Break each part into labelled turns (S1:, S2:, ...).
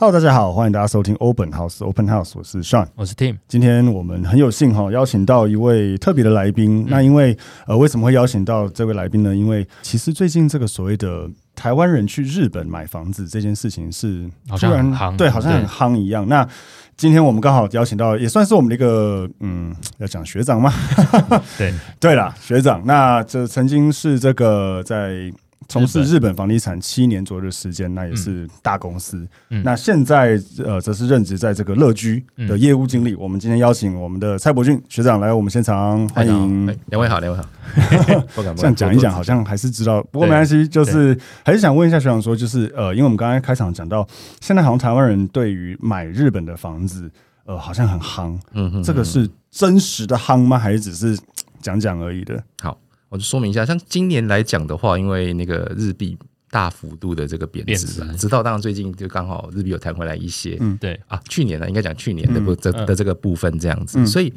S1: Hello，大家好，欢迎大家收听 Open House Open House，我是 Sean。
S2: 我是 Tim，
S1: 今天我们很有幸哈、邀请到一位特别的来
S2: 嗯
S1: 宾。那因为呃，为什么会邀请到这位来宾呢？因为其实最近这个所谓的台湾人去日本买房子这件事情是
S2: 好
S1: 突
S2: 像
S1: 然
S2: 很夯
S1: 对，好像很夯一样。那今天我们刚好邀请到，也算是我们的一个嗯，要讲学长嘛，
S2: 对
S1: 对啦，学长，那这曾经是这个在从事
S2: 日本
S1: 日本房地产七年左右的时间，那也是大公司。
S2: 嗯
S1: 那现在呃，则是任职在这个乐居的业务经理。我们今天邀请我们的蔡伯俊学长来我们现场，欢迎。
S3: 哎两位好，两位好，不敢不敢
S1: 这样讲一讲，
S3: 多
S1: 好像还是知道，不过没关系，就是还是想问一下学长说，就是呃，因为我们刚才开场讲到，现在好像台湾人对于买日本的房子，呃，好像很夯，
S3: 嗯哼，
S1: 这个是真实的夯吗？还是只是讲讲而已的？
S3: 好，我就说明一下，像今年来讲的话，因为那个日币大幅度的这个贬值啊
S2: 贬值，
S3: 直到当然最近就刚好日币有弹回来一些，
S2: 对，
S3: 啊，去年呢，应该讲去年的不这
S2: 嗯
S3: 的这个部分这样子，所以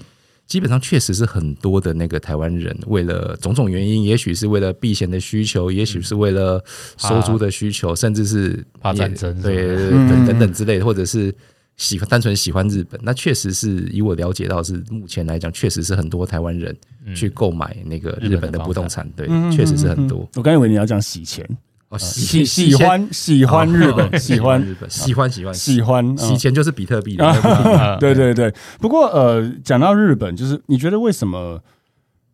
S3: 基本上确实是很多的那个台湾人为了种种原因，也许是为了避险的需求，也许是为了收租的需求，甚至是
S2: 怕
S3: 也
S2: 战争
S3: 对
S2: 什么的
S3: 对对等等等之类的，或者是。喜欢单纯喜欢日本，那确实是以我了解到是目前来讲，确实是很多台湾人去购买那个
S2: 日
S3: 日
S2: 本的
S3: 本的
S2: 房
S3: 不动产，对，嗯确实是
S1: 嗯
S3: 很多。
S1: 我刚以为你要讲洗钱，
S3: 哦，
S1: 喜喜欢喜
S3: 喜
S1: 欢日本，喜欢
S3: 日本，喜欢喜欢
S1: 喜欢
S3: 洗
S1: 嗯
S3: 钱就是比特币的，
S2: 啊
S1: 对对对，不过呃，讲到日本，就是你觉得为什么？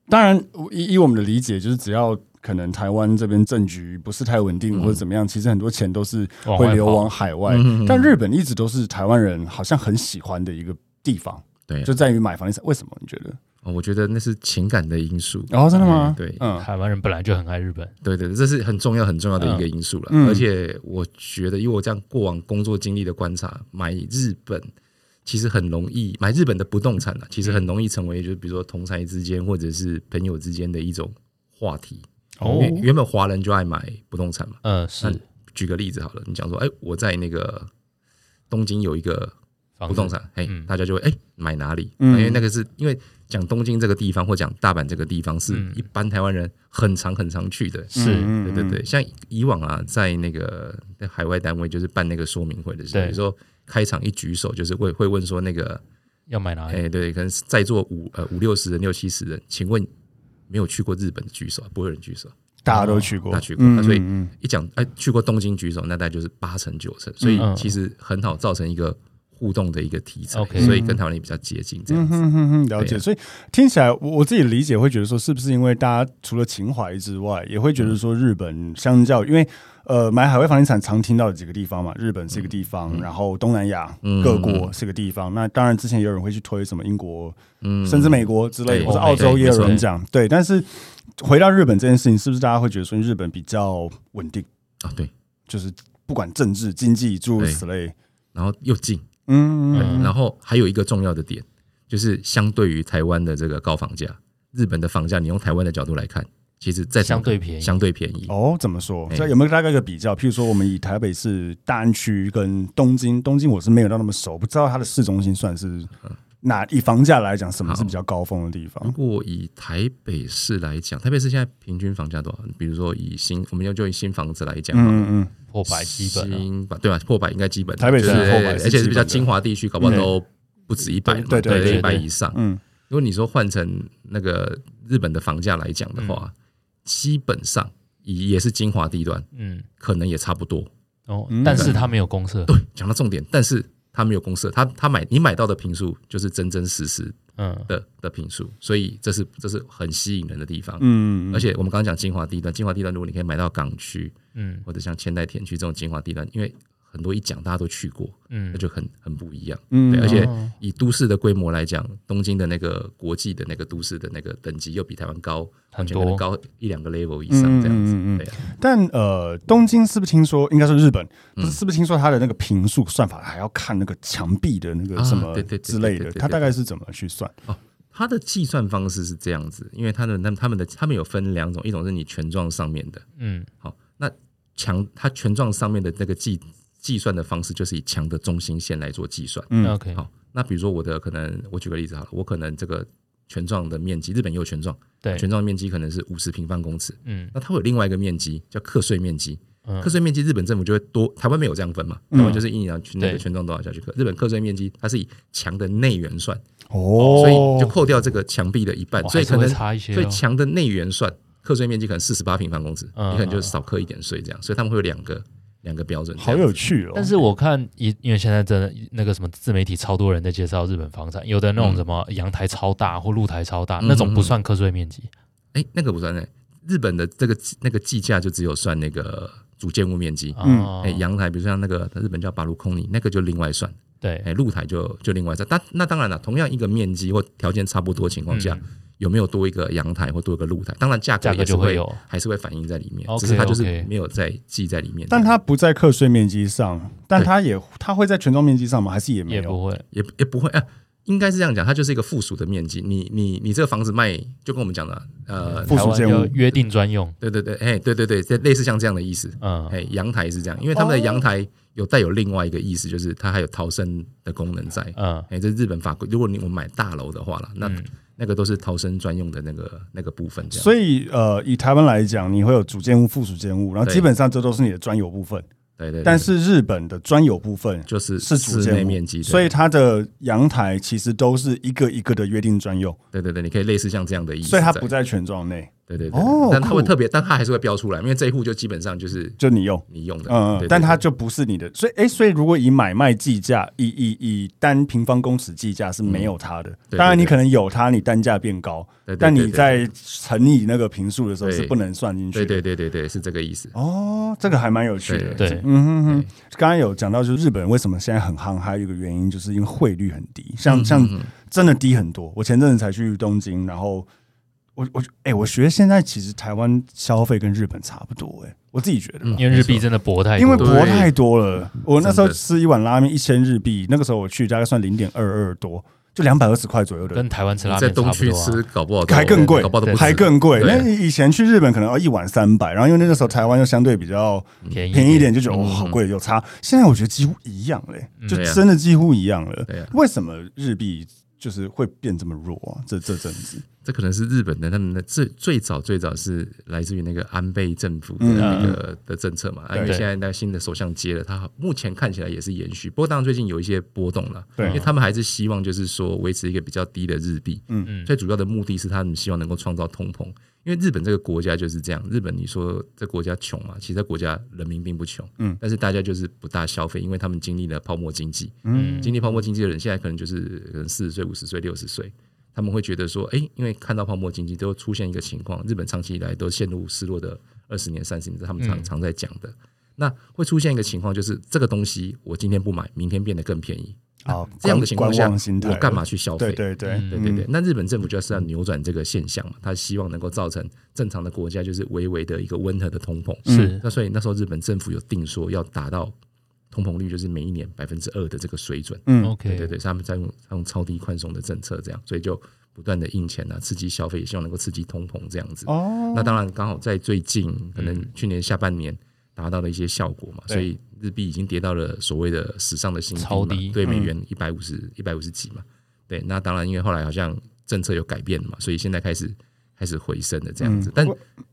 S1: 当然，以以我们的理解，就是只要可能台湾这边政局不是太稳
S3: 嗯
S1: 定、或者怎么样，其实很多钱都是
S2: 往
S1: 会
S2: 外
S1: 流
S2: 跑
S1: 往海外。
S3: 嗯嗯嗯
S1: 但日本一直都是台湾人好像很喜欢的一个地方，
S3: 对啊
S1: 就在于买房地产。为什么你觉得？
S3: 哦我觉得那是情感的因素。
S1: 哦，真的吗？
S3: 对
S1: 嗯
S2: 台湾人本来就很爱日本，
S3: 对对，对这是很重要很重要的一个因素了。
S1: 嗯
S3: 而且我觉得，以我这样过往工作经历的观察，买日本其实很容易，买日本的不动产啊，其实很容易成为就是比如说同才之间或者是朋友之间的一种话题。
S2: 哦
S3: 因为原本华人就爱买不动产嘛。
S2: 嗯，是
S3: 举个例子好了，你讲说，哎，我在那个东京有一个
S2: 房
S3: 不
S2: 子
S3: 动产，哎、
S2: 嗯
S3: 大家就会哎、买哪里？
S1: 嗯
S3: 因为那个是因为讲东京这个地方或讲大阪这个地方是
S2: 嗯
S3: 一般台湾人很常很常去的，
S2: 是
S1: 嗯
S3: 对对对。像以往啊，在那个在海外单位就是办那个说明会的时候，
S2: 对
S3: 有时候开场一举手就是会会问说那个，
S2: 要买哪
S3: 哎、
S2: 里？
S3: 对，可能在座五呃五六十人六七十人，请问没有去过日本的举手，啊不会有人举手。
S1: 大家都去过，
S3: 哦大家去过
S1: 嗯
S3: 那所以
S1: 嗯
S3: 一讲哎、去过东京举手，那大概就是八成九成，所以
S2: 嗯
S3: 其实很好造成一个互动的一个题材，
S2: OK
S3: 所以跟台湾人比较接近这样子。
S1: 嗯哼哼，了解。
S3: 对啊
S1: 所以听起来，我我自己理解会觉得说，是不是因为大家除了情怀之外，也会觉
S3: 嗯
S1: 得说日本相较，因为呃买海外房地产常听到的几个地方嘛，日本是一个地方，然后东南亚
S3: 嗯
S1: 各国是一个地方。那当然之前也有人会去推什么英国，
S3: 嗯
S1: 甚至美国之类，
S3: 对
S1: 或者
S2: 欧美
S1: 澳洲
S2: 对
S1: 也有
S2: 没
S1: 人
S2: 错
S1: 讲，对。但是回到日本这件事情，是不是大家会觉得说日本比较稳定，
S3: 啊，对，
S1: 就是不管政治、经济诸如
S3: 对
S1: 此类，
S3: 然后又近，
S1: 嗯，
S2: 嗯
S3: 然后还有一个重要的点，就是相对于台湾的这个高房价，日本的房价，你用台湾的角度来看，其实在
S2: 相对便宜
S3: 相对便宜。
S1: 哦，怎么说？
S3: 哎
S1: 这有没有大概一个比较？譬如说，我们以台北市大安区跟东京，东京我是没有到那么熟，不知道它的市中心算是哪以房价来讲，什么是比较高峰的地
S3: 如
S1: 方？
S3: 果以台北市来讲，台北市现在平均房价多少？比如说以新，我们要就以新房子来讲，
S1: 嗯嗯嗯，
S2: 破百基本啊，
S3: 新吧，对吧？破百应该基本的，
S1: 台北市
S3: 就是
S1: 破百是
S3: 而且
S1: 基本的嗯
S3: 是比较精华地区，搞不好都不止一百嘛，
S1: 对对对
S3: 对，
S2: 对
S3: 一百
S2: 对
S3: 以上。
S1: 嗯，
S3: 如果你说换成那个日本的房价来讲的话，
S1: 嗯
S3: 基本上以也是精华地段，
S2: 嗯，
S3: 可能也差不多。
S2: 哦，但是它没有公社，
S3: 嗯对，讲到重点，但是他没有公社，他他买你买到的平数就是真真实实
S2: 嗯，
S3: 的的平数，所以这是这是很吸引人的地方。
S1: 嗯，
S3: 而且我们刚刚讲精华地段，精华地段如果你可以买到港区，
S2: 嗯，
S3: 或者像千代田区这种精华地段，因为很多一讲大家都去过，
S2: 嗯
S3: 那就很很不一样。
S1: 嗯
S3: 对，而且
S1: 哦
S3: 以都市的规模来讲，东京的那个国际的那个都市的那个等级又比台湾高我
S2: 很
S3: 觉得可能
S2: 多
S3: 高一两个 level 以上这样子。
S1: 嗯嗯嗯嗯
S3: 对啊、
S1: 但呃，东京是不是听说应该是日本？不
S3: 嗯
S1: 是是不是听说它的那个平数算法还要看那个墙壁的那个
S3: 啊
S1: 什么
S3: 对对对
S1: 之类的
S3: 对对？对
S1: 它大概是怎么去算？
S3: 哦，它的计算方式是这样子，因为它的那他们的他们有分两种，一种是你权状上面的，
S2: 嗯，
S3: 好，那强它权状上面的那个计计算的方式就是以强的中心线来做计算。
S1: 嗯
S2: OK，
S3: 好，那比如说我的可能，我举个例子好了，我可能这个权状的面积，日本也有权状，
S2: 对，
S3: 权状面积可能是五十平方公尺，
S2: 嗯
S3: 那它会有另外一个面积叫课税面积，
S2: 嗯
S3: 课税面积日本政府就会多，台湾没有这样分嘛，
S1: 嗯
S3: 台湾就是一年那
S2: 对
S3: 个权状多少下去课，日本课税面积它是以墙的内圆算，
S1: 哦，
S3: 所以就扣掉这个墙壁的一半，
S2: 哦
S3: 所以
S2: 还是
S3: 可能
S2: 会差一些
S3: 所以
S2: 哦
S3: 墙的内圆算课税面积可能四十八平方公尺，
S2: 嗯
S3: 你可能就少课一点税这样，所以他们会有两个两个标准这
S1: 好
S3: 样，
S1: 有趣哦。
S2: 但是我看因因为现在真的那个什么自媒体超多人在介绍日本房产，有的那种什么阳台超大或露台超大、
S3: 嗯
S2: 那种不算课税面积，
S3: 哎、那个不算哎、日本的这个那个计价就只有算那个主建物面积。
S1: 嗯
S2: 哦
S3: 哎，阳台，比如像那个日本叫巴鲁空尼，那个就另外算；
S2: 对
S3: 哎，露台就就另外算。但那当然了，同样一个面积或条件差不多的情况下，有没有多一个阳台或多一个露台，当然价格
S2: 嗯价格
S3: 也是
S2: 就会
S3: 会
S2: 有
S3: 还是会反映在里面，
S2: OK，
S3: 只是它就是
S2: OK
S3: 没有在记在里面。
S1: 但它不在课税面积上，但它也它会在权状面积上吗？还是也没
S2: 也
S1: 有？
S2: 不会，
S3: 也也不会啊，应该是这样讲，它就是一个附属的面积。你你你这个房子卖，就跟我们讲的呃，
S1: 附属
S2: 台
S1: 建
S2: 湾
S1: 物
S2: 有约定专用，
S3: 对对对，哎，对对对，这类似像这样的意思。
S2: 嗯，
S3: 哎，阳台是这样，因为他们的
S1: 哦
S3: 阳台有带有另外一个意思，就是它还有逃生的功能在。
S2: 嗯，
S3: 哎、这是日本法规，如果你我们买大楼的话啦，那、那个都是逃生专用的那个那个部分，这
S1: 嗯
S3: 样。
S1: 所以呃，以台湾来讲，你会有主建物、附属建物，然后
S3: 对
S1: 基本上这都是你的专有部分。
S3: 对对对
S1: 但是日本的专有部分
S3: 就是
S1: 是主
S3: 室
S1: 建
S3: 内
S1: 物
S3: 面积，
S1: 所以它的阳台其实都是一个一个的约定专用，
S3: 对对对，你可以类似像这样的意思，
S1: 所以它不，在权状内，
S3: 对对对，
S1: 哦
S3: 但它会
S1: 酷
S3: 特别，但它还是会标出来，因为这一户就基本上就是
S1: 就你用。
S3: 你用的，
S1: 嗯，
S3: 对对
S1: 但它
S3: 对
S1: 就不是你的，所以哎、诶所以如果以买卖计价，以以以单平方公尺计价是没有它的。
S3: 对
S1: 当然，
S3: 对
S1: 你
S3: 对
S1: 可能有它，你单价变高，
S3: 对对
S1: 但
S3: 对
S1: 你
S3: 对
S1: 在乘以那个平数的时候
S3: 对
S1: 是不能算进去
S3: 对
S1: 的。
S3: 对对对对是这个意思，
S1: 哦，这个还蛮有趣的。
S3: 对
S2: 对，
S1: 嗯哼哼，刚刚有讲到，就是日本人为什么现在很夯，还有一个原因就是因为汇率很低，
S3: 嗯
S1: 像像真的低很多。我前阵子才去东京，然后我我哎、我觉得现在其实台湾消费跟日本差不多、哎，我自己觉得
S3: 嗯
S1: 吧。
S2: 因为日币真的薄太
S1: 因
S2: 多
S1: 为
S2: 了，
S1: 薄太多了，我那时候
S3: 真的
S1: 吃一碗拉面一千日币，那个时候我去大概算零点二二多，就两百二十块左右的
S2: 跟台湾吃拉
S3: 你在
S2: 面差
S3: 东
S2: 不
S3: 区
S2: 多
S3: 吃
S2: 啊，
S3: 搞不好都
S1: 还更贵
S3: 搞不好都不，止
S1: 还更贵。
S3: 对
S1: 那以前去日本可能要一碗三百，然后因为那个时候台湾又相对比较
S2: 便宜
S1: 便宜一点，就觉
S3: 嗯
S1: 得哦好贵有差。现在我觉得几乎一样嘞，就
S3: 对啊
S1: 真的几乎一样了
S3: 对啊。
S1: 为什么日币就是会变这么弱啊？这这阵子
S3: 这可能是日本的他们的最最早最早是来自于那个安倍政府的那个、的政策嘛，啊因为
S2: 对
S3: 现在那个新的首相接了，他目前看起来也是延续，不过当然最近有一些波动了，
S1: 对
S3: 因为他们还是希望就是说维持一个比较低的日币，嗯，最主要的目的是他们希望能够创造通膨，因为日本这个国家就是这样，日本你说这国家穷嘛，其实这国家人民并不穷，嗯，但是大家就是不大消费，因为他们经历了泡沫经济，嗯，经历泡沫经济的人现在可能就是可能四十岁、五十岁、六十岁。他们会觉得说，哎、因为看到泡沫经济都出现一个情况，日本长期以来都陷入失落的二十年、三十年，这是他
S1: 嗯
S3: 们常、常在讲的。那会出现一个情况，就是这个东西我今天不买，明天变得更便宜。
S1: 啊，
S3: 这样的情况下
S1: 观望心态，
S3: 我干嘛？去消费？嗯
S1: 对对对
S2: 嗯
S3: 对对对，那日本政府就是要扭转这个现象嘛，他希望能够造成正常的国家就是微微的一个温和的通膨。
S1: 嗯
S2: 是
S3: 那所以那时候日本政府有定说要达到通膨率就是每一年百分之二的这个水准。嗯对对对，
S2: OK，
S3: 所以他们在用他用超低宽松的政策这样，所以就不断的印钱啊，刺激消费，也希望能够刺激通膨这样子。
S1: 哦，
S3: 那当然刚好在最近可能
S2: 嗯
S3: 去年下半年达到了一些效果嘛，所以日币已经跌到了所谓的史上的新低嘛
S2: 超低嗯
S3: 对美元一百五十一百五十几嘛。对，那当然因为后来好像政策有改变嘛，所以现在开始。开始回升的这样
S2: 嗯
S3: 子，但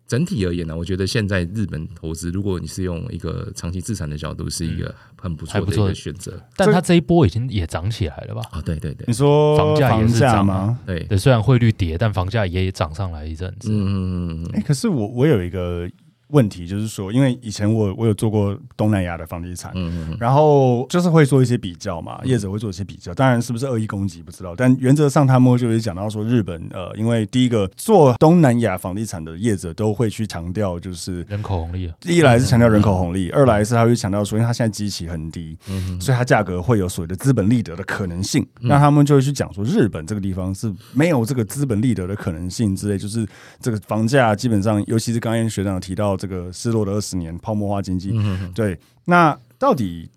S3: 整体而言呢，我觉得现在日本投资，如果你是用一个长期资产的角度，是一个很不错
S2: 还不
S3: 的一
S2: 错
S3: 个选择
S2: 但它这一波已经也涨起来了吧？
S3: 啊！对对对
S1: 你说
S2: 房价也是
S1: 房价
S3: 啊
S2: 涨
S1: 吗？
S3: 对，
S2: 对，虽然汇率跌，但房价也涨上来一阵子。
S3: 嗯嗯嗯
S1: 哎、可是我我有一个问题，就是说，因为以前我我有做过东南亚的房地产，
S3: 嗯嗯，
S1: 然后就是会做一些比较嘛，业者会做一些比较，当然是不是恶意攻击不知道，但原则上他们就是讲到说日本呃，因为第一个做东南亚房地产的业者都会去强调就是。
S2: 人口红利啊，
S1: 一来是强调人口红利，二来是他会强调说，因为它现在基期很低，所以它价格会有所谓的资本利得的可能性。那他们就会去讲说，日本这个地方是没有这个资本利得的可能性之类，就是这个房价基本上，尤其是刚刚学长有提到这个失落的二十年泡沫化经济，对，那到底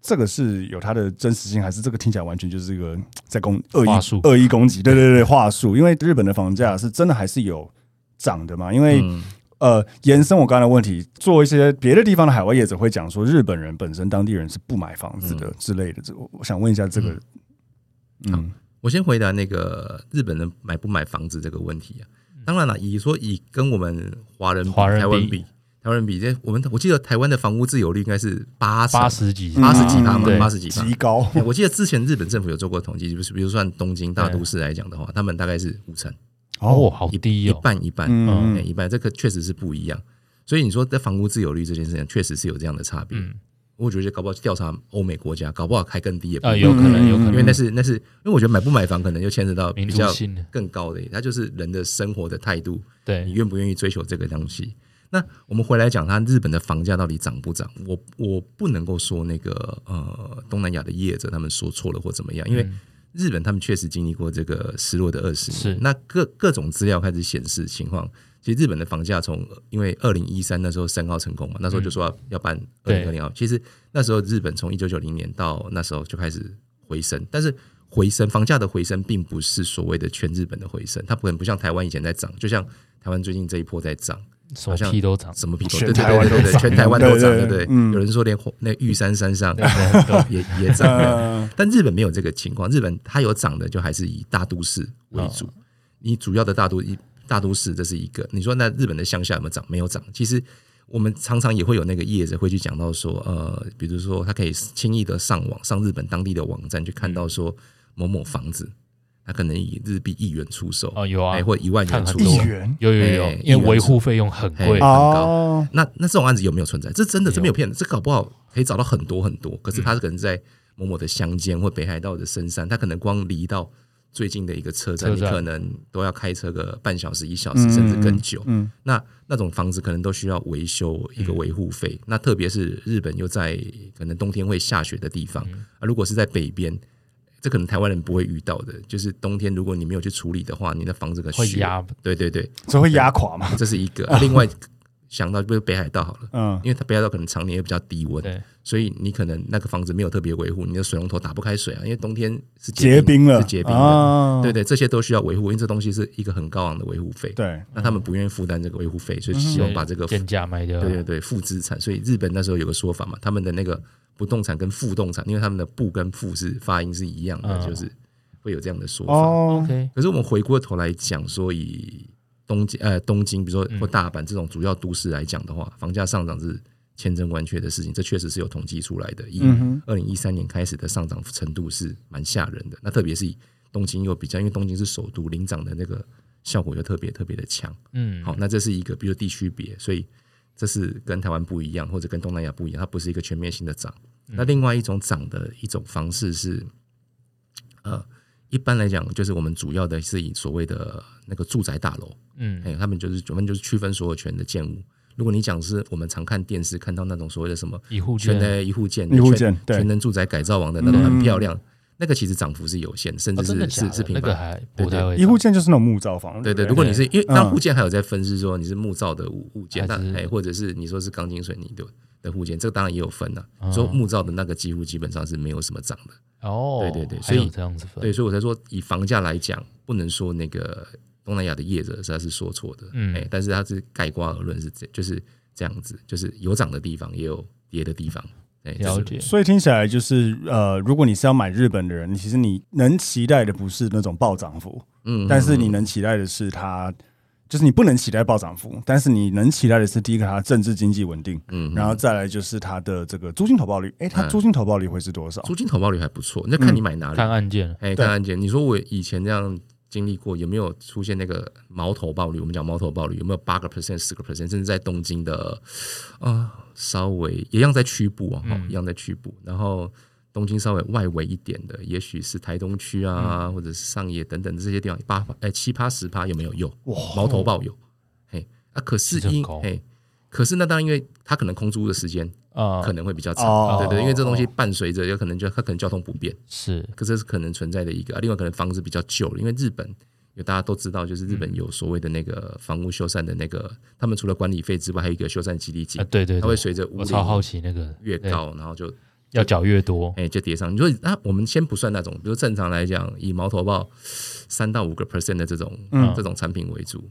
S1: 这个是有它的真实性，还是这个听起来完全就是一个在攻恶意
S2: 话术
S1: 恶意攻击？对对对，话术。因为日本的房价是真的还是有涨的嘛？因为、
S3: 嗯
S1: 呃，延伸我刚才的问题，做一些别的地方的海外业者会讲说，日本人本身当地人是不买房子
S3: 嗯
S1: 的之类的。这、我我想问一下这个，嗯
S3: 我先回答那个日本人买不买房子这个问题啊。当然了，以说以跟我们华人比、
S2: 嗯华人比
S3: 台湾比、台湾人比，这我们我记得台湾的房屋自有率应该是啊八
S2: 八十几
S3: 八十几趴
S1: 嗯
S3: 嘛，
S2: 对
S3: 八十几趴
S1: 极。高，
S3: 哎我记得之前日本政府有做过统计，就是比如说按东京大都市来讲的话，他们大概是五成，
S2: 哦，嗯好低
S3: 一
S2: 哦，
S3: 半一半，
S1: 嗯
S3: 哎一半，这个确实是不一样。所以你说在房屋自有率这件事情，确实是有这样的差别。
S2: 嗯
S3: 我觉得搞不好调查欧美国家，搞不好还更低也不一
S2: 啊，
S3: 定
S2: 有可能，有可
S3: 嗯因
S2: 能
S3: 为那是那是，因为我觉得买不买房可能就牵扯到
S2: 民
S3: 比
S2: 族
S3: 较
S2: 性的，
S3: 更高的，它就是人的生活的态度，你
S2: 对，
S3: 愿不愿意追求这个东西？那我们回来讲，它日本的房价到底涨不涨？我我不能够说那个呃东南亚的业者他们说错了或怎么样，因
S2: 嗯
S3: 为日本他们确实经历过这个失落的二十
S2: 是
S3: 年。那各各种资料开始显示情况，其实日本的房价从因为二零一三那时候申奥成功嘛，那时候就说要要办二
S2: 嗯对
S3: 零二零奥运，其实那时候日本从一九九零年到那时候就开始回升，但是回升房价的回升并不是所谓的全日本的回升，它可能不像台湾以前在涨，就像台湾最近这一波在涨，
S2: 什么屁都涨，
S3: 什么比
S1: 全
S3: 对对
S1: 台湾
S3: 对对
S1: 都
S3: 对
S1: 涨
S3: 全台湾都
S1: 对
S3: 涨，
S1: 对
S3: 对不对？
S1: 嗯
S3: 有人说连那玉山山上
S2: 对对
S3: 也也涨了，
S1: 呃，
S2: 嗯
S3: 但日本没有这个情况，日本它有涨的就还是以大都市为主，
S2: 哦
S3: 你主要的大都一大都市这是一个。你说那日本的乡下有没有涨？没有涨。其实我们常常也会有那个业者会去讲到说，呃，比如说他可以轻易的上网上日本当地的网站去
S2: 嗯
S3: 看到说某某房子，它可能以日币一元出售，
S2: 哦，有啊
S3: 哎，，或一万元
S2: 看很
S3: 出
S2: 多
S1: 一
S3: 售。
S1: 元
S2: 有有有
S3: 哎，
S2: 因为
S3: 一元
S2: 维护费用很贵
S3: 哎啊，高
S1: 哦，
S3: 那那这种案子有没有存在？这真的
S2: 没有嗯
S3: 这没有骗人，这搞不好可以找到很多很多。可是他可能在某某的乡间或北海道的深山，他可能光离到最近的一个车站，
S2: 车
S3: 你
S2: 站
S3: 可能都要开车个半小时、一小时，
S1: 嗯
S3: 甚至更久。
S1: 嗯，
S3: 那那种房子可能都需要维修一
S2: 嗯
S3: 个维护费。那特别是日本又在可能冬天会下雪的地方，
S2: 嗯
S3: 啊，如果是在北边。这可能台湾人不会遇到的，就是冬天如果你没有去处理的话，你的房子可
S2: 会压，
S3: 对对对，
S1: 这会压垮嘛？
S3: 这是一个。啊另外想到就是北海道好了，
S1: 嗯，
S3: 因为它北海道可能常年也比较低温，
S2: 对，
S3: 所以你可能那个房子没有特别维护，你的水龙头打不开水啊，因为冬天是
S1: 结冰了，
S3: 是结冰的，
S1: 啊
S3: 对对，这些都需要维护，因为这东西是一个很高昂的维护费。
S1: 对，嗯
S3: 那他们不愿意负担这个维护费，所以啊希望把这个
S2: 贱价卖掉，
S3: 对对对负资产。所以日本那时候有个说法嘛，他们的那个不动产跟负动产，因为他们的不跟负是发音是一样的，
S2: 嗯
S3: 就是会有这样的说法。
S1: 哦，
S2: ，OK，
S3: 可是我们回过头来讲，说以东京呃东京，比如说或大阪这种主要都市来讲的话，房价上涨是千真万确的事情，这确实是有统计出来的。以
S1: 嗯哼
S3: 二零一三年开始的上涨程度是蛮吓人的。那特别是以东京又比较，因为东京是首都，领涨的那个效果又特别特别的强。
S2: 嗯，
S3: 好，那这是一个比如地区别，所以这是跟台湾不一样，或者跟东南亚不一样，它不是一个全面性的涨。
S2: 嗯
S3: 那另外一种涨的一种方式是，呃，一般来讲就是我们主要的是以所谓的那个住宅大楼，
S2: 嗯，
S3: 哎，他们就是我们就是区分所有权的建物。如果你讲是我们常看电视看到那种所谓的什么
S2: 一户
S3: 全
S2: 券
S3: 能一户建、
S1: 一户
S3: 全
S1: 建对嗯
S3: 全能住宅改造王的那种很漂亮，那个其实涨幅是有限，甚
S2: 哦
S3: 至
S2: 真
S3: 是、
S2: 的假
S3: 是是
S2: 的？
S3: 平
S2: 那个
S3: 板。
S2: 还不太会
S1: 一户建就是那种木造房，
S3: 对对，
S1: 对
S3: 如
S1: 不
S3: 果你是因为
S1: 嗯
S3: 当护件还有在分是说你是木造的物物件，那
S2: 还是
S3: 哎，或者是你说是钢筋水泥的的护件，这个当然也有分呐、
S2: 哦
S3: 说木造的那个几乎基本上是没有什么涨的，
S2: 哦，
S3: 对对对
S2: 还有
S3: 所以
S2: 这样子分，
S3: 对，所以我才说以房价来讲，不能说那个东南亚的业者实在是说错的，
S2: 嗯
S3: 哎，但是它是概括而论是这就是这样子，就是有涨的地方也有跌的地方，哎，
S2: 了
S3: 就是
S2: 解，
S1: 所以听起来就是，呃，如果你是要买日本的人，其实你能期待的不是那种暴涨幅，
S3: 嗯，
S1: 但是你
S3: 嗯
S1: 能期待的是它，就是你不能期待暴涨幅，但是你能期待的是第一个它政治经济稳定，
S3: 嗯，
S1: 然后再来就是它的这个租金投报率，哎，它
S3: 嗯
S1: 租金投报率会是多少？
S3: 租金投报率还不错，那看你买哪里
S2: 嗯看，案件了，
S3: 哎，
S1: 对
S3: 看案件，你说我以前这样经历过，有没有出现那个毛头暴率？我们讲毛头暴率有没有八个 percent、四个 percent，甚至在东京的啊、稍微一样在区部啊、
S2: 嗯
S3: 一样在区部，然后。东京稍微外围一点的，也许是台东区啊，
S1: 嗯
S3: 或者是上野等等这些地方，八哎七八十趴有没有？有
S1: 哇哦
S3: 毛头暴有，嘿啊，可是
S2: 其实很
S3: 因
S2: 高
S3: 嘿，可是那当然，因为它可能空租的时间
S2: 啊
S3: 可，能会比较
S1: 哦
S3: 长，对对，因为这东西伴随着有可能就它可能交通不便，
S2: 是
S3: 可这是可能存在的一个、啊。另外，可能房子比较旧了，因为日本有大家都知道，就是日本有所谓的那
S2: 嗯
S3: 个房屋修缮的那个，他们除了管理费之外，还有一个修缮激励金
S2: 啊，，对对，
S3: 它会
S2: 对
S3: 随着屋
S2: 我超好
S3: 龄
S2: 奇那个
S3: 越，高，然后就
S2: 要缴越多，
S3: 哎、就跌上。你说那我们先不算那种，比如正常来讲，以毛头报三到五个 percent 的这种、
S1: 嗯
S3: 这种产品为主。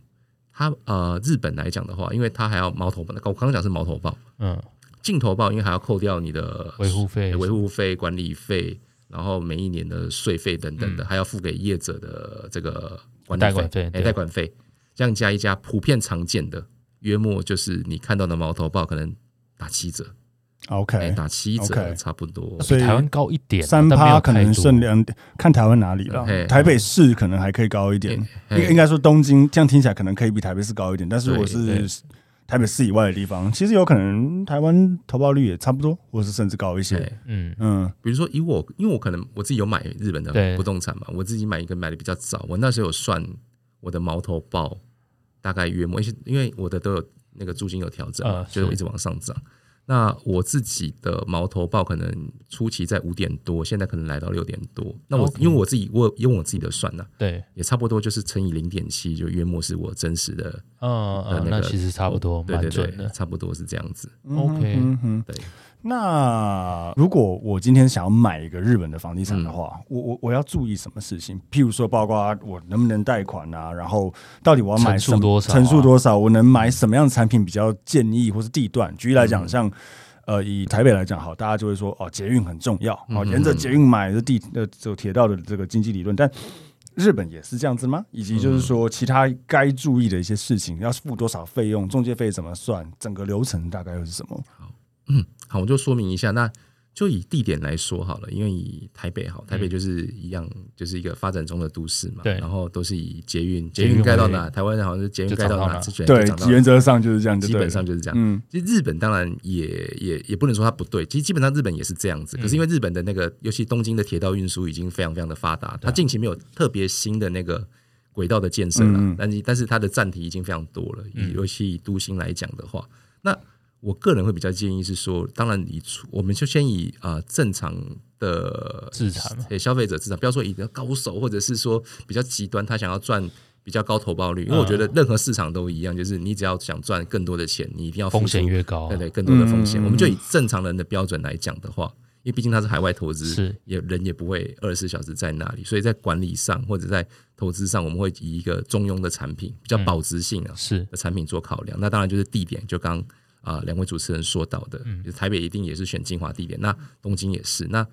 S3: 它呃，日本来讲的话，因为它还要毛头报，我刚刚讲是毛头报，
S2: 嗯，
S3: 镜头报，因为还要扣掉你的
S2: 维护费
S3: 呃维护费、管理费，然后每一年的税费等等的，还要付给业者的这个管理
S2: 代管嗯费
S3: 哎
S2: 对
S3: 代管费，这样加一加，普遍常见的约莫就是你看到的毛头报可能打七折，哎、
S1: OK，
S3: 打七折
S1: OK
S3: 差不多。
S1: 所以
S2: 台湾高一点，
S1: 三
S2: 但没有
S1: 趴可
S2: 太
S1: 能
S2: 多
S1: 剩两点，看台湾哪里了
S3: 嘿。嗯
S1: 台北市可能还可以高一点，
S3: 嘿
S1: 应应该说东京这样听起来可能可以比台北市高一点，但是
S3: 嗯对
S1: 我
S2: 对
S1: 是台北市以外的地方，其实有可能台湾投报率也差不多，或是甚至高一些
S3: 哎。
S2: 嗯
S1: 嗯
S3: 比如说以我，因为我可能我自己有买日本
S2: 对
S3: 的不动产嘛，我自己买一个买的比较早，我那时候有算我的毛头报大概约莫，因为因为我的都有那个租金有调整嘛，
S2: 呃
S3: 就是我
S2: 是
S3: 一直往上涨。那我自己的毛头报可能初期在五点多，现在可能来到六点多。那我
S2: OK
S3: 因为我自己我用我自己的算呢、
S2: 对，
S3: 也差不多就是乘以零点七，就约莫是我真实的，
S2: 嗯
S3: 呃
S2: 嗯，
S3: 那
S2: 那
S3: 个
S2: 其实差不多，
S3: 对
S2: 蛮
S3: 对
S2: 准
S3: 对，
S2: 的，
S3: 差不多是这样子。
S2: OK
S1: 嗯哼
S3: 对。
S1: 那如果我今天想要买一个日本的房地
S2: 嗯
S1: 产的话，我我我要注意什么事情？譬如说，包括我能不能贷款啊，然后到底我要买什么
S2: 层数多少啊
S1: 层数多少，我能买什么样的产品比较建议，或是地段？举例来
S2: 嗯
S1: 讲，像。呃，以台北来讲，好，大家就会说哦，捷运很重要，
S2: 嗯
S1: 哦，沿着捷运买的地呃，走铁道的这个经济理论，但日本也是这样子吗？以及就是
S2: 嗯
S1: 说，其他该注意的一些事情，要付多少费用，中介费怎么算，整个流程大概又是什么？
S3: 好，我就说明一下，那就以地点来说好了，因为以台北好，台北就是一样，就是一个发展中的都市嘛，
S2: 嗯对
S3: 然后都是以捷运，
S2: 捷
S3: 捷
S2: 运
S3: 运盖到
S2: 为
S3: 哪，台湾人好像是捷运
S2: 就
S3: 盖到
S2: 长到
S3: 哪，
S2: 哪
S3: 就
S1: 对
S3: 长，到哪
S1: 原则上就是这样就
S3: 基
S1: 对了，
S3: 本上就是这样。
S1: 嗯
S3: 其实日本当然也也也不能说它不对，其实基本上日本也是这样子。可
S1: 嗯
S3: 是因为日本的那个，尤其东京的铁道运输已经非常非常的发达，
S1: 啊
S3: 它近期没有特别新的那个轨道的建设了，
S1: 嗯嗯嗯
S3: 但是但是它的站体已经非常多了。以尤其以都心来讲的话，那我个人会比较建议是说，当然以出我们就先以啊、呃正常的
S2: 自产嘛
S3: 对消费者市场，不要说以个高手或者是说比较极端，他想要赚比较高投报率，因为我觉
S2: 嗯
S3: 得任何市场都一样，就是你只要想赚更多的钱，你一定要付出
S2: 风险越高
S3: 对，对更多的风
S1: 嗯
S3: 险。
S1: 嗯嗯
S3: 我们就以正常人的标准来讲的话，因为毕竟它是海外投资，
S2: 是
S3: 也人也不会二十四小时在那里，所以在管理上或者在投资上，我们会以一个中庸的产品，比较
S2: 嗯
S3: 保值性啊，
S2: 是
S3: 的产品做考量。那当然就是地点，就刚啊两位主持人说到的，
S2: 嗯
S3: 就是台北一定也是选精华地点，那东京也是。那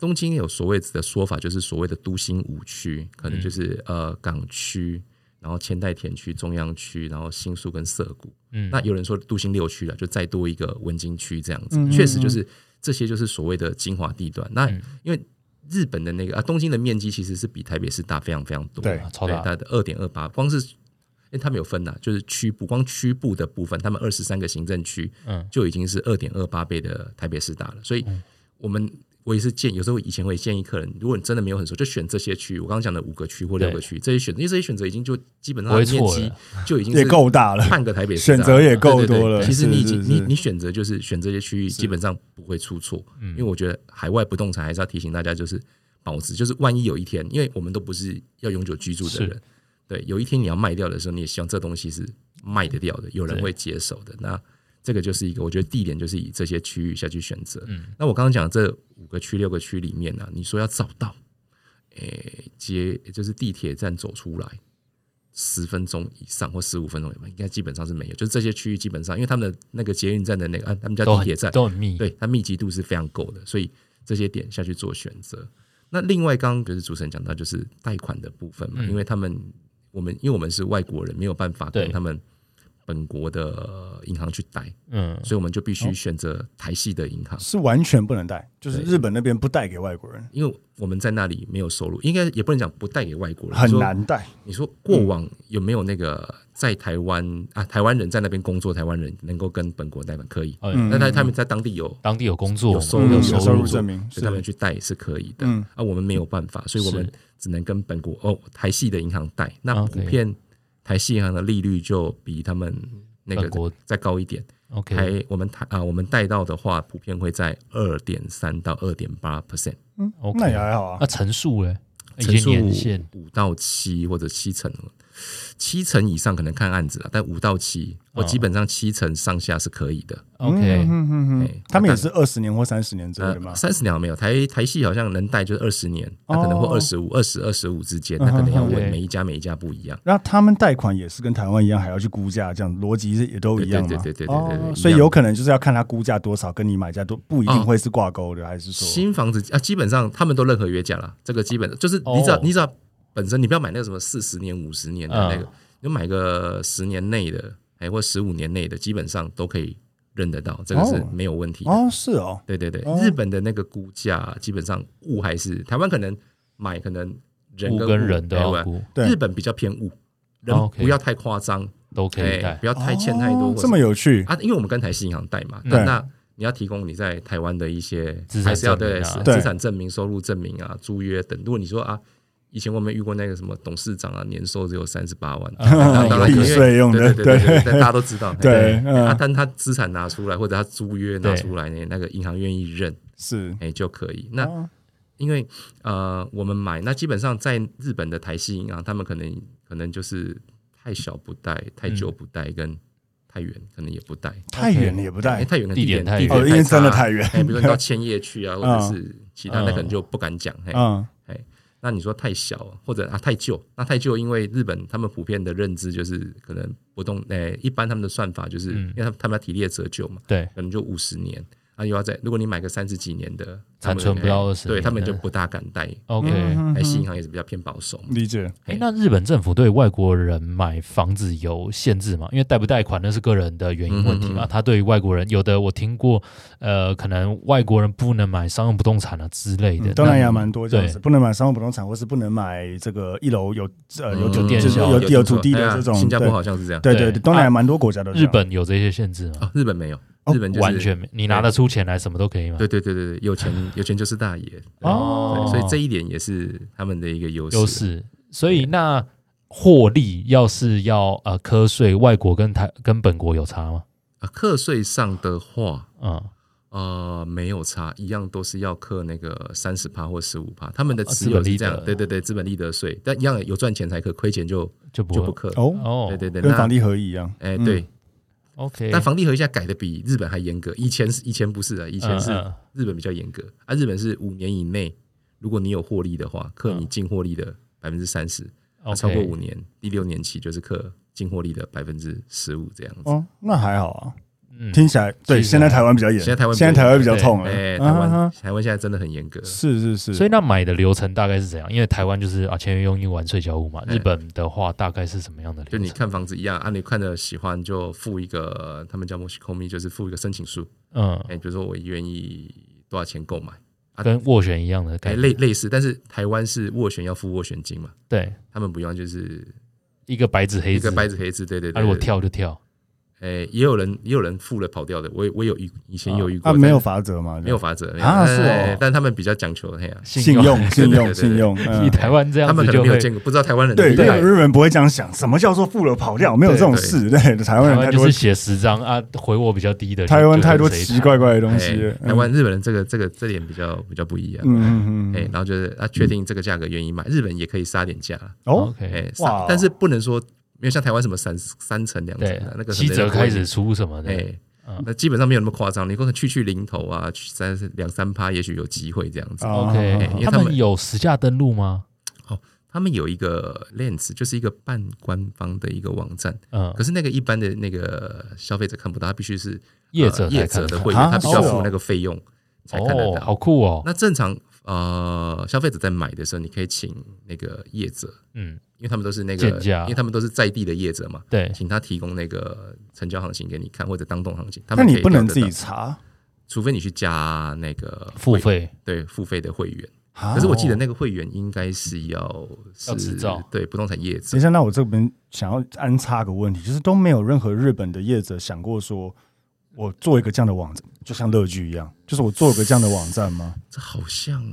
S3: 东京有所谓的说法，就是所谓的都心五区，可
S2: 嗯
S3: 能就是、呃港区，然后千代田区、中央区，然后新宿跟涩谷。
S2: 嗯
S3: 那有人说都心六区了，就再多一个文京区这样子
S1: 嗯，
S3: 确、实就是这些就是所谓的精华地段。那
S2: 嗯
S3: 因为日本的那个啊，东京的面积其实是比台北市大非常非常多，
S1: 对
S2: 超大
S3: 对它的二点二八，光是因为他们有分呐、就是区部，光区部的部分，他们二十三个行政区，
S2: 嗯
S3: 就已经是二点二八倍的台北市大了。所以，我们我也是建，有时候以前我也建议客人，如果你真的没有很熟，就选这些区，我刚刚讲的五个区或六个区，这些选，因为这些选择已经就基本上它的
S2: 不会
S3: 面
S2: 错
S3: 积
S2: 了
S3: 就已经是
S1: 也够大了，
S3: 半个台北市大啊
S1: 选择也够
S3: 对对对
S1: 多了
S3: 其实你已经
S1: 是是
S3: 你
S1: 是
S3: 你选择就是选这些区域，基本上不会出错。因为我觉得海外不动产还是要提醒大家，就是保值，就是万一有一天，因为我们都不是要永久居住的人，对，有一天你要卖掉的时候，你也希望这东西是卖得掉的，有人
S2: 对
S3: 会接手的。那这个就是一个，我觉得地点就是以这些区域下去选择。那我刚刚讲这五个区、六个区里面呢、啊你说要找到，诶、接就是地铁站走出来十分钟以上或十五分钟以上，应该基本上是没有。就是这些区域基本上，因为他们的那个捷运站的那个，啊、他们叫
S2: 都
S3: 地
S2: 很
S3: 铁站，
S2: 都很密，
S3: 对它密集度是非常够的，所以这些点下去做选择。那另外，刚刚就是主持人讲到，就是贷款的部分嘛，
S2: 嗯
S3: 因为他们我们因为我们是外国人，没有办法
S2: 对
S3: 跟他们本国的银行去贷，
S2: 嗯，
S3: 所以我们就必须选择台系的银行。
S1: 是完全不能贷，就是
S3: 对
S1: 日本那边不贷给外国人，
S3: 因为我们在那里没有收入，应该也不能讲不贷给外国人，
S1: 很
S3: 说
S1: 难贷。
S3: 你说过往有没有那个在台湾啊，台湾人在那边工作，台湾人能够跟本国贷款可以？
S2: 嗯
S3: 那他他们在当地有
S2: 当地有工作，
S3: 有收
S1: 入
S2: 有
S1: 嗯有收
S2: 收
S1: 入
S2: 入，
S1: 证明
S3: 所
S1: 是
S3: 以他们去贷是可以的。
S1: 嗯
S3: 啊，我们没有办法，所以我们
S2: 是
S3: 只能跟本国哦台系的银行贷。那
S2: OK
S3: 普遍台系银行的利率就比他们那
S2: 本国
S3: 个再高一点。
S2: OK，
S3: 台我们台啊，我们贷到的话，普遍会在二点三到二点八 percent，
S1: 那也
S2: OK，
S1: 还好啊
S2: 那。层数嘞，一
S3: 乘
S2: 些
S3: 数
S2: 年限
S3: 五到七或者七成。七成以上可能看案子了，但五到七，我
S2: 哦
S3: 基本上七成上下是可以的。
S2: OK，
S1: 嗯哼哼哼
S3: 哎
S1: 他们也是二十年或三十年之类的吗？
S3: 三十年好像没有，台台戏好像能贷就是二十年，那可能会
S1: 哦
S3: 二十五、二十、二十五之间，
S1: 嗯
S3: 那可能要
S2: 嗯
S3: 问
S2: 嗯
S3: 每一家每一家不一样。
S1: 那他们贷款也是跟台湾一样，还要去估价，这样逻辑是也都一样吗？
S3: 对对对对对对
S1: 哦
S3: 对对
S1: 所以
S3: 一样
S1: 有可能就是要看他估价多少，跟你买价都不一定会是挂钩的，还是说
S3: 新房子啊，基本上他们都认合约价啦，这个基本就是
S2: 哦
S3: 你只要、你只要本身你不要买那个什么四十年、五十年的那个，
S2: 嗯
S3: 你就买个十年内的，哎，或十五年内的，基本上都可以认得到，这个是
S1: 哦
S3: 没有问题的。
S1: 哦是哦，
S3: 对对对，
S1: 哦
S3: 日本的那个估价基本上物还是台湾可能买可能人
S2: 物
S3: 跟
S2: 跟人都啊
S3: 哎
S2: 要
S3: 我
S2: 估，
S1: 对
S3: 日本比较偏物，人
S2: 哦，OK
S3: 不要太夸张，
S2: 都可以
S3: 哎，
S2: 带
S3: 不要太欠太多
S1: 哦
S3: 或者
S1: 这么有趣
S3: 啊，因为我们跟台新银行贷嘛，
S1: 对
S3: 那那你要提供你在台湾的一些
S2: 资产
S3: 还是要
S2: 证明
S3: 对
S2: 啊
S1: 对
S3: 资产证明、收入证明啊、租约等。如果你说啊，以前我们遇过那个什么董事长啊，年收只有三十八万，
S2: 啊
S3: 那当然
S1: 避
S3: 可以
S1: 税用的
S3: 对对对
S1: 对
S3: 对，但大家都知道。
S1: 对嗯
S3: 啊，但他资产拿出来或者他租约拿
S2: 对
S3: 出来呢，那个银行愿意认，
S1: 是
S3: 哎就可以。那
S1: 哦
S3: 因为呃，我们买那基本上在日本的台系银行，他们可能可能就是太小不贷、
S1: 嗯
S3: 太久不贷，跟太远可能也不贷。
S1: 太远了也不
S3: 哎，
S1: 贷
S3: 太远的
S2: 地
S3: 点
S2: 点太
S3: 地
S2: 远
S1: 哦，因为真的太
S3: 远。
S1: 远，
S3: 哎，比如说你到千叶 去啊，或
S1: 嗯
S3: 者是其他，那可能就不敢讲。嘿，
S1: 嗯
S3: 那你说太小，或者啊太旧，那太旧，因为日本他们普遍的认知就是可能不动，哎，一般他们的算法就是，
S2: 嗯
S3: 因为他们他们要体力的折旧嘛，
S2: 对，
S3: 可能就五十年。啊，又要在，如果你买个三十几年的，他
S2: 残
S3: 们
S2: 存不到
S3: 哎
S2: 20
S3: 对他们
S2: 年
S3: 就
S2: 的
S3: 不大敢贷。
S2: OK
S1: 嗯哼
S3: 哎，新银行也是比较偏保守嘛。
S1: 理解
S2: 哎，那日本政府对外国人买房子有限制吗？因为贷不贷款那是个人的原因问题
S3: 嗯嗯
S2: 嘛。
S3: 嗯
S2: 他对于外国人，有的我听过，呃，可能外国人不能买商用不动产啊之类的。
S1: 嗯东南亚
S2: 那
S1: 蛮多这样子，
S2: 对
S1: 不能买商务不动产，或是不能买这个一楼有呃
S3: 嗯
S1: 有土
S2: 有
S1: 地，
S2: 电
S1: 就是
S2: 销
S1: 有
S2: 有
S1: 有土地
S3: 哎
S1: 的
S3: 呀
S1: 这种。
S3: 新加坡
S1: 对
S3: 好像是这样。
S1: 对对
S2: 对
S1: 对，东南亚
S2: 啊
S1: 蛮多国家都这
S2: 日
S1: 样
S2: 本有这些限制吗？
S3: 哦，日本没有，
S1: 哦
S3: 日本就是
S2: 完全没，你拿得出钱来，什么都可以买
S3: 对。对对对对，有钱有钱就是大爷对
S2: 哦
S3: 对所以这一点也是他们的一个优势。啊
S2: 优势。所以那获利要是要呃科税，外国跟台跟本国有差吗？
S3: 啊，课税上的话，
S2: 嗯，
S3: 呃，没有差，一样都是要课那个三十趴或十五趴，他们的
S2: 哦
S3: 持有
S2: 资本
S3: 是
S2: 利
S3: 这
S2: 得
S3: 样，对对对，资本利得税，但一样有赚钱才课，亏钱就
S2: 就不
S3: 就
S2: 会
S3: 不课。
S1: 哦，
S2: 哦，
S3: 对对对，
S1: 跟
S3: 那
S1: 房地合一一样。
S3: 哎
S1: 嗯
S3: 对，
S2: ，OK，
S3: 但房地合一现在改的比日本还严格，以前是以前不是啊，以
S2: 以
S3: 前是日本比较严格啊，日本是五年以内，如果你有获利的话，课
S2: 嗯
S3: 你净获利的百分之三十，啊超过五年，第六年起就是课净获利的百分之十五这样子。
S1: 哦，那还好啊，
S2: 嗯
S1: 听起来对。
S2: 其实
S1: 现在台湾比较严，
S3: 现在台湾比较
S1: 现在台湾比较
S2: 严
S1: 痛了。
S3: 哎，台
S1: 啊哈
S3: 湾
S1: 哈
S3: 台湾现在真的很严格，
S1: 是是是，
S2: 所以那买的流程大概是怎样？因为台湾就是啊签约用印完税交屋嘛，
S3: 哎
S2: 日本的话大概是什么样的
S3: 就
S2: 流
S3: 你
S2: 程？
S3: 看房子一样啊，你看着喜欢就付一个，他们叫 m o s h i k o m i 就是付一个申请书，
S2: 嗯，
S1: 哦
S3: 哎，比如说我愿意多少钱购买，啊
S2: 跟斡旋一样的
S3: 哎
S2: 概念，
S3: 类类似，但是台湾是斡旋要付斡旋金嘛，
S2: 对，
S3: 他们不用，就是
S2: 一个白纸黑
S3: 一
S2: 字，
S3: 个白纸黑字，对对
S2: 啊，
S3: 对，
S2: 如果
S3: 对
S2: 跳就跳，
S3: 诶、也有人也有人付了跑掉的，我也我有遇以前有遇过，
S1: 啊没有
S3: 但
S1: 法则嘛，
S3: 没有法则
S1: 啊
S3: 没有
S1: 是哦
S3: 哎但他们比较讲求嘿呀、
S1: 信用信用
S3: 对对对对
S1: 信用，
S2: 你
S1: 嗯
S2: 台湾这
S3: 他
S2: 样
S3: 们
S2: 子
S3: 可
S2: 就
S3: 能没有
S2: 会
S3: 见过，不知道台湾人的
S1: 对，
S3: 厉
S1: 日
S3: 害哎
S1: 本日本人不会这样想，什么叫做富了跑掉？没有这种
S3: 对对
S1: 事，对，台湾
S2: 台
S1: 人太
S2: 湾
S1: 多
S2: 就是写十张啊，回我比较低的，
S1: 台湾
S2: 就
S1: 太多
S2: 就跟谁
S1: 奇
S2: 谈
S1: 怪怪的东
S3: 哎
S1: 西了，嗯
S3: 台湾日本人这个这个这点比较比较不一样，
S1: 嗯嗯嗯
S3: 哎、
S1: 嗯，
S3: 然后就是啊，确定这个价格愿意买，日本也可以杀点价，
S1: 哦，
S2: ，OK，
S3: 哎、杀
S1: 哇哦
S3: 但是不能说没有像台湾什么三三层两层啊
S2: 对
S3: 的那，个很
S2: 七折
S3: 难过
S2: 开始出什么
S3: 哎、
S2: 的，嗯
S3: 那基本上没有那么夸张，你可能去去零头啊，去三两三趴，也许有机会这样子。
S1: 哦
S2: OK，
S1: 因
S3: 哎为
S2: 他
S3: 他们
S2: 们有实价登录吗？
S3: 他们有一个 Lens，就是一个半官方的一个网站，
S2: 嗯
S3: 可，是那个一般的那个消费者看不到，他必须是
S2: 业者
S3: 呃
S2: 才
S3: 业
S2: 看
S3: 者
S2: 得
S3: 的
S2: 到
S3: 会
S1: 啊
S3: 员，他必须要
S1: 是哦
S3: 付那个费用才看得
S2: 哦，好
S3: 到。
S2: 酷哦，
S3: 那正常呃，消费者在买的时候，你可以请那个业者，
S2: 嗯，
S3: 因为他们都是那个
S2: 鉴，价
S3: 因为他们都是在地的业者嘛，
S2: 对，
S3: 请他提供那个成交行情给你看，或者当动行情。他
S1: 那
S3: 们可
S1: 你
S3: 以
S1: 不能
S3: 调
S1: 自
S3: 得
S1: 己
S3: 到，
S1: 查
S3: 除非你去加那个
S2: 付
S3: 会，
S2: 费
S3: 对付费的会员。
S1: 啊
S3: 可是我记得那个会员应该是要是
S2: 要执照
S3: 对不动产业者
S1: 等一。下，那我这边想要安插个问题，就是都没有任何日本的业者想过说，我做一个这样的网站，就像乐居一样，就是我做一个这样的网站吗？
S3: 这好像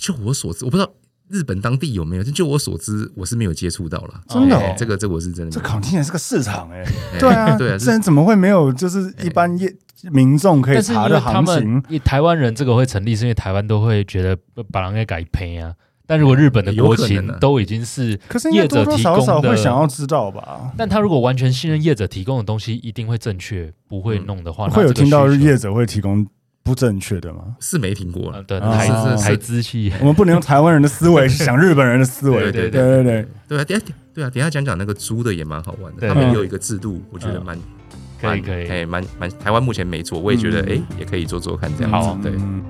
S3: 就我所知，我不知道日本当地有没有，但就我所知，我是没有接触到啦。
S1: 真的哦
S3: 哎这个这个我是真的
S1: 这
S3: 没
S1: 肯定也是个市场哎、
S3: 有。
S1: 对啊，
S3: 哎 对啊，
S1: 这
S3: 是
S1: 人怎么会没有就是一般业民众可以
S2: 但是
S1: 查
S2: 因
S1: 的
S2: 为他
S1: 行情
S2: 呃们？台湾人这个会成立，是因为台湾都会觉得把人给改赔啊，但如果日本的
S3: 哎有
S2: 国
S3: 可能
S2: 情
S3: 啊
S2: 都已经是
S1: 可是应该
S2: 业
S1: 多
S2: 者
S1: 多
S2: 提
S1: 少
S2: 供
S1: 少
S2: 的
S1: 会想要知道吧？
S2: 但他如果完全信任业者提供的东西，一定会正确，不会
S3: 嗯
S2: 弄的哦话，那
S1: 会有
S2: 这个
S1: 听到
S2: 需求
S1: 业者会提供不正确的吗？
S3: 是没听过
S2: 呃
S3: 了。
S2: 的
S1: 啊
S2: 台
S1: 是是
S2: 台资系，
S1: 我们不能用台湾人的思维 去想日本人的思维。
S3: 对
S1: 对
S3: 对对
S1: 对对，
S3: 对啊，等一下对啊，等一下讲讲那个租的也蛮好玩的，
S2: 对嗯
S3: 他
S1: 嗯
S3: 们也有一个制度，我觉得蛮
S2: 可以
S3: 蛮
S2: 可以，
S3: 哎蛮蛮台湾目前没做，我也觉得
S1: 嗯
S3: 哎也可以做做看这
S2: 好
S3: 样
S2: 啊
S3: 子。对，
S1: 嗯